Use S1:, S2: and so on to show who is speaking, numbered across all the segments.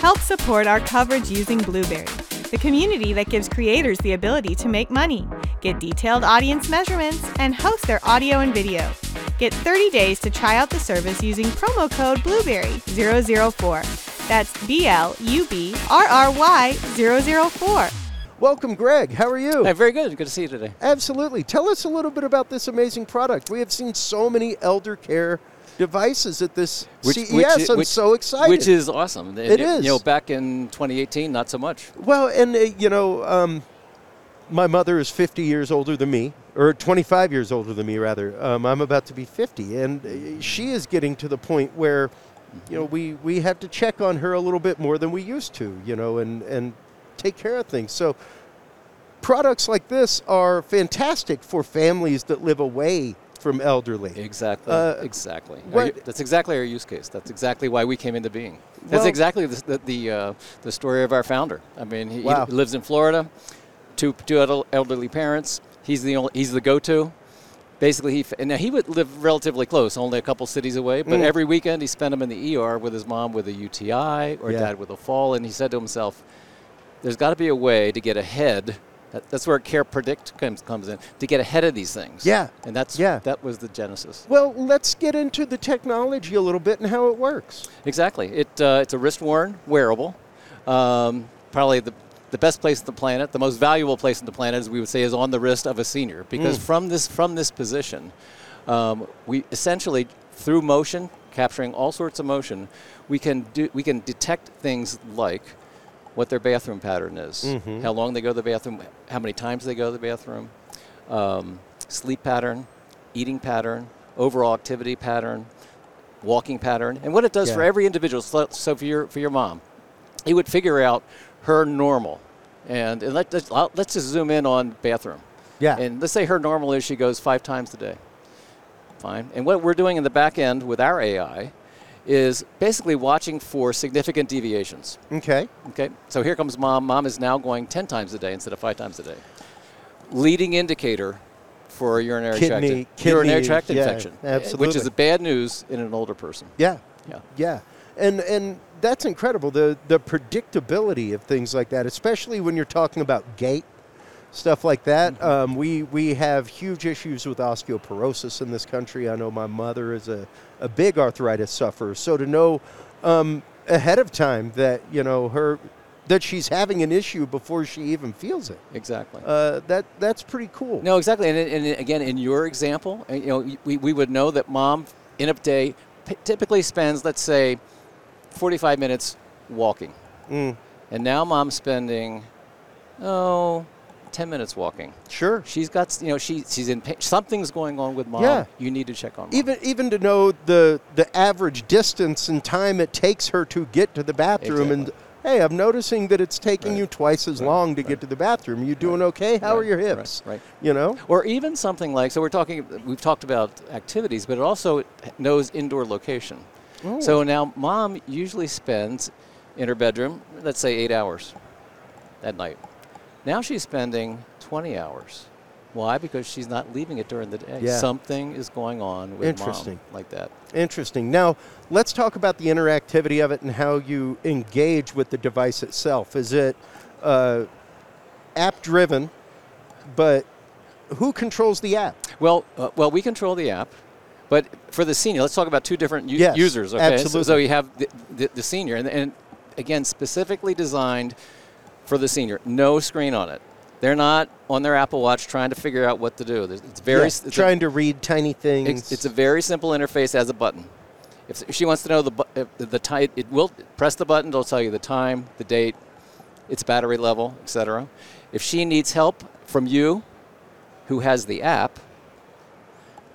S1: Help support our coverage using Blueberry, the community that gives creators the ability to make money, get detailed audience measurements, and host their audio and video. Get 30 days to try out the service using promo code Blueberry004. That's B L U B R R Y 004.
S2: Welcome, Greg. How are you?
S3: Hey, very good. Good to see you today.
S2: Absolutely. Tell us a little bit about this amazing product. We have seen so many elder care devices at this CES. E I'm so excited.
S3: Which is awesome.
S2: It
S3: you,
S2: is.
S3: You know, back in 2018, not so much.
S2: well, and uh, you know, um, my mother is 50 years older than me, or 25 years older than me, rather. Um, I'm about to be 50, and uh, she is getting to the point where, you know, we we have to check on her a little bit more than we used to, you know, and and take care of things. So. Products like this are fantastic for families that live away from elderly.
S3: Exactly.
S2: Uh,
S3: exactly. Our
S2: what-
S3: u- that's exactly our use case. That's exactly why we came into being. That's
S2: Well-
S3: exactly the the, the, uh, the story of our founder. I mean, he, he
S2: Wow.
S3: lives in Florida. Two two el- elderly parents. He's the only, he's the go-to. Basically, he f- and now he would live relatively close, only a couple cities away. But
S2: Mm.
S3: every weekend, he spent him in the ER with his mom with a UTI or
S2: Yeah.
S3: dad with a fall, and he said to himself, there's got to be a way to get ahead. That- That's where care predict comes, comes in to get ahead of these things.
S2: Yeah.
S3: and that's
S2: Yeah.
S3: that was the genesis.
S2: Well, let's get into the technology a little bit and how it works.
S3: Exactly. It uh, it's a wrist worn wearable. Um, probably the the best place on the planet, the most valuable place on the planet, as we would say, is on the wrist of a senior because from this from this position, um, we essentially through motion, capturing all sorts of motion, we can do we can detect things like what their bathroom pattern is, how long they go to the bathroom, how many times they go to the bathroom, um, sleep pattern, eating pattern, overall activity pattern, walking pattern, and what it does for
S2: Yeah.
S3: every individual. So, so for your for your mom, it would figure out her normal, and, and let, let's let's just zoom in on bathroom.
S2: Yeah.
S3: And let's say her normal is she goes five times a day. Fine. And what we're doing in the back end with our AI is basically watching for significant deviations.
S2: Okay.
S3: Okay, so here comes mom. Mom is now going 10 times a day instead of five times a day. Leading indicator for a urinary
S2: Kidney-
S3: tract, urinary
S2: kidney,
S3: tract
S2: yeah,
S3: infection, eh, which
S2: absolutely.
S3: is the bad news in an older person.
S2: Yeah.
S3: Yeah.
S2: Yeah. And and that's incredible. The the predictability of things like that, especially when you're talking about gait stuff like that. Um, we we have huge issues with osteoporosis in this country. I know my mother is a, a big arthritis sufferer. So to know um, ahead of time that you know her that she's having an issue before she even feels it.
S3: Exactly.
S2: Uh, that that's pretty cool.
S3: No, exactly. And, and again, in your example, uh, you know, we, we would know that mom in a day p- typically spends, let's say, 45 minutes walking.
S2: Mm.
S3: And now mom's spending, oh, 10 minutes walking.
S2: Sure.
S3: She's got, you know, she, she's in pain. Something's going on with mom.
S2: Yeah.
S3: You need to check on mom.
S2: even even to know the the average distance and time it takes her to get to the bathroom and hey i'm noticing that it's taking
S3: Right.
S2: you twice as long to get to the bathroom you doing okay how are
S3: Right.
S2: your
S3: Right.
S2: hips
S3: Right.
S2: you know
S3: or even something like so we're talking we've talked about activities but it also knows indoor location so now mom usually spends in her bedroom let's say eight hours at night now she's spending 20 hours why because she's not leaving it during the day
S2: Yeah.
S3: something is going on with
S2: Interesting.
S3: mom like that
S2: interesting now let's talk about the interactivity of it and how you engage with the device itself is it uh, app driven but who controls the app
S3: Well, uh, well, we control the app, but for the senior, let's talk about two different u-
S2: Yes,
S3: users. Okay, So- So,
S2: absolutely.
S3: you have the, the, the senior, and, and again, specifically designed for the senior. No screen on it. They're not on their Apple Watch trying to figure out what to do. There's- It's very
S2: Yeah,
S3: s- it's a-
S2: trying to read tiny things
S3: it's, it's a very simple interface as a button. If s- she wants to know the bu- if the time, it will press the button. It'll tell you the time, the date, its battery level, etc. If she needs help from you, who has the app,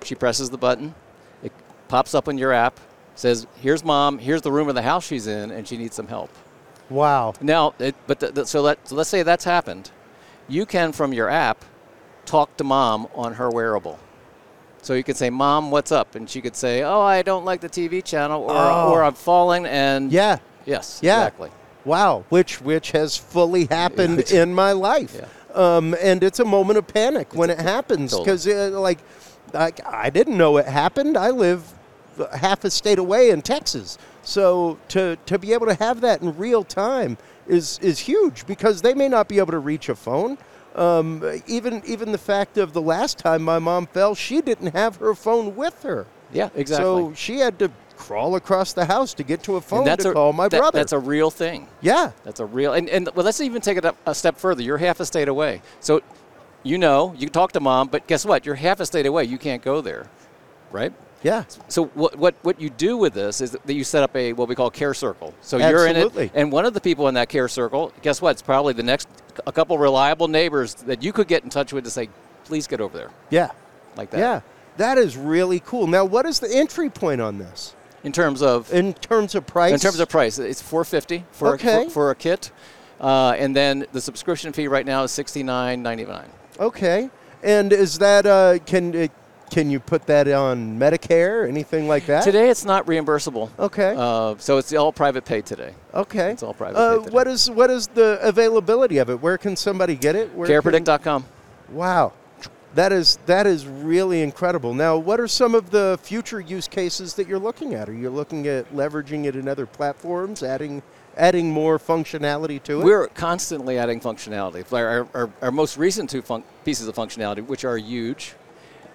S3: she presses the button. It pops up on your app, says, "Here's mom. Here's the room or the house she's in, and she needs some help."
S2: wow
S3: Now, it, but the, the, so, let, so let's say that's happened. You can, from your app, talk to mom on her wearable. So you could say, "Mom, what's up?" and she could say, "Oh, I don't like the TV channel," or,
S2: Oh.
S3: "Or I'm falling," and
S2: yeah
S3: yes,
S2: Yeah.
S3: exactly.
S2: Wow. Which which has fully happened in my life.
S3: Yeah.
S2: Um, and it's a moment of panic when it happens
S3: totally.
S2: because uh, like uh, I, I didn't know it happened. I live half a state away in Texas. So to, to be able to have that in real time is, is huge because they may not be able to reach a phone. Um, even even the fact of the last time my mom fell, she didn't have her phone with her.
S3: Yeah, exactly.
S2: So she had to crawl across the house to get to a phone
S3: And
S2: to call my
S3: that-
S2: brother.
S3: That's a real thing.
S2: yeah.
S3: That's a real and, and well, let's even take it up a step further. You're half a state away, so you know you can talk to mom, but guess what? You're half a state away. You can't go there, right?
S2: Yeah.
S3: So what, what, what you do with this is that you set up a what we call care circle. So you're in
S2: Absolutely.
S3: it, and one of the people in that care circle, guess what? It's probably the next a couple reliable neighbors that you could get in touch with to say, please get over there,
S2: Yeah.
S3: like that.
S2: Yeah. That is really cool. Now, what is the entry point on this
S3: In terms of
S2: in terms of price?
S3: In terms of price, it's four fifty for,
S2: Okay.
S3: a, for for a kit, uh, and then the subscription fee right now is sixty nine ninety nine.
S2: Okay. And is that uh, can uh, can you put that on Medicare, anything like that?
S3: Today it's not reimbursable.
S2: Okay. Oh,
S3: Uh, so it's all private pay today.
S2: Okay.
S3: It's all private
S2: Uh,
S3: pay today.
S2: what is what is the availability of it? Where can somebody get it? Where can-
S3: CarePredict.com.
S2: Wow. That is that is really incredible. Now, what are some of the future use cases that you're looking at? Are you looking at leveraging it in other platforms, adding adding more functionality to it?
S3: We're constantly adding functionality. Our, our- our, our most recent two func pieces of functionality, which are huge,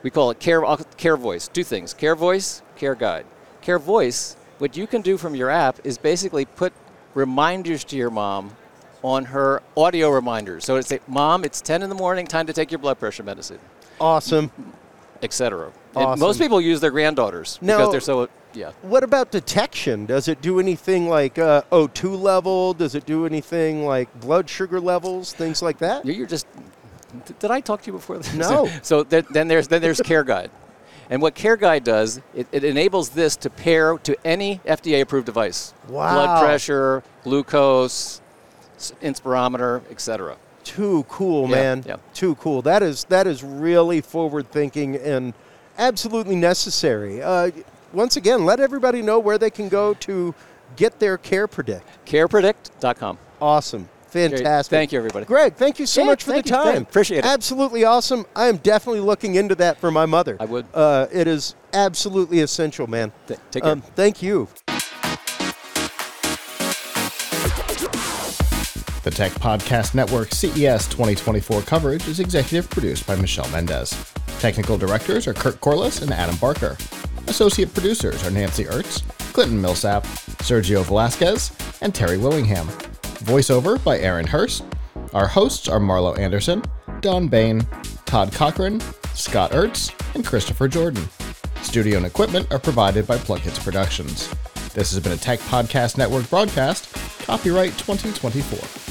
S3: we call it Care, Care Voice. Two things Care Voice, Care Guide. Care Voice, what you can do from your app is basically put reminders to your mom on her audio reminders. So it's a Mom, it's 10 in the morning, time to take your blood pressure medicine,
S2: awesome.
S3: etc.
S2: Awesome.
S3: And most people use their granddaughters
S2: Now-
S3: because they're so, yeah.
S2: What about detection? Does it do anything like uh, O2 level? Does it do anything like blood sugar levels, things like that?
S3: You- You're just. d- Did I talk to you before this?
S2: No.
S3: so th- then there's then there's Care Guide, and what Care Guide does, it, it enables this to pair to any FDA-approved device.
S2: Wow.
S3: Blood pressure, glucose, s- inspirometer, etc.
S2: Too cool,
S3: Yeah,
S2: man.
S3: yeah.
S2: Too cool. That is that is really forward thinking and absolutely necessary. Uh, once again, let everybody know where they can go to get their care predict.
S3: CarePredict.com.
S2: Awesome. Fantastic.
S3: Thank you, everybody.
S2: Greg, thank you so
S3: Yeah,
S2: much for the
S3: thank you.
S2: time.
S3: Thank- appreciate it.
S2: Absolutely awesome. I am definitely looking into that for my mother.
S3: I would.
S2: Uh, it is absolutely essential, man. Um,
S3: Th- take care.
S2: thank you.
S4: The Tech Podcast Network E CES 2024 coverage is executive produced by Michelle Mendez. Technical directors are Kurt Corliss and Adam Barker. Associate producers are Nancy Ertz, Clinton Millsap, Sergio Velasquez, and Terry Willingham. Voiceover by Aaron Hurst. Our hosts are Marlo Anderson, Don Bain, Todd Cochran, Scott Ertz, and Christopher Jordan. Studio and equipment are provided by Plug Hits Productions. This has been a Tech Podcast Network broadcast, copyright 2024.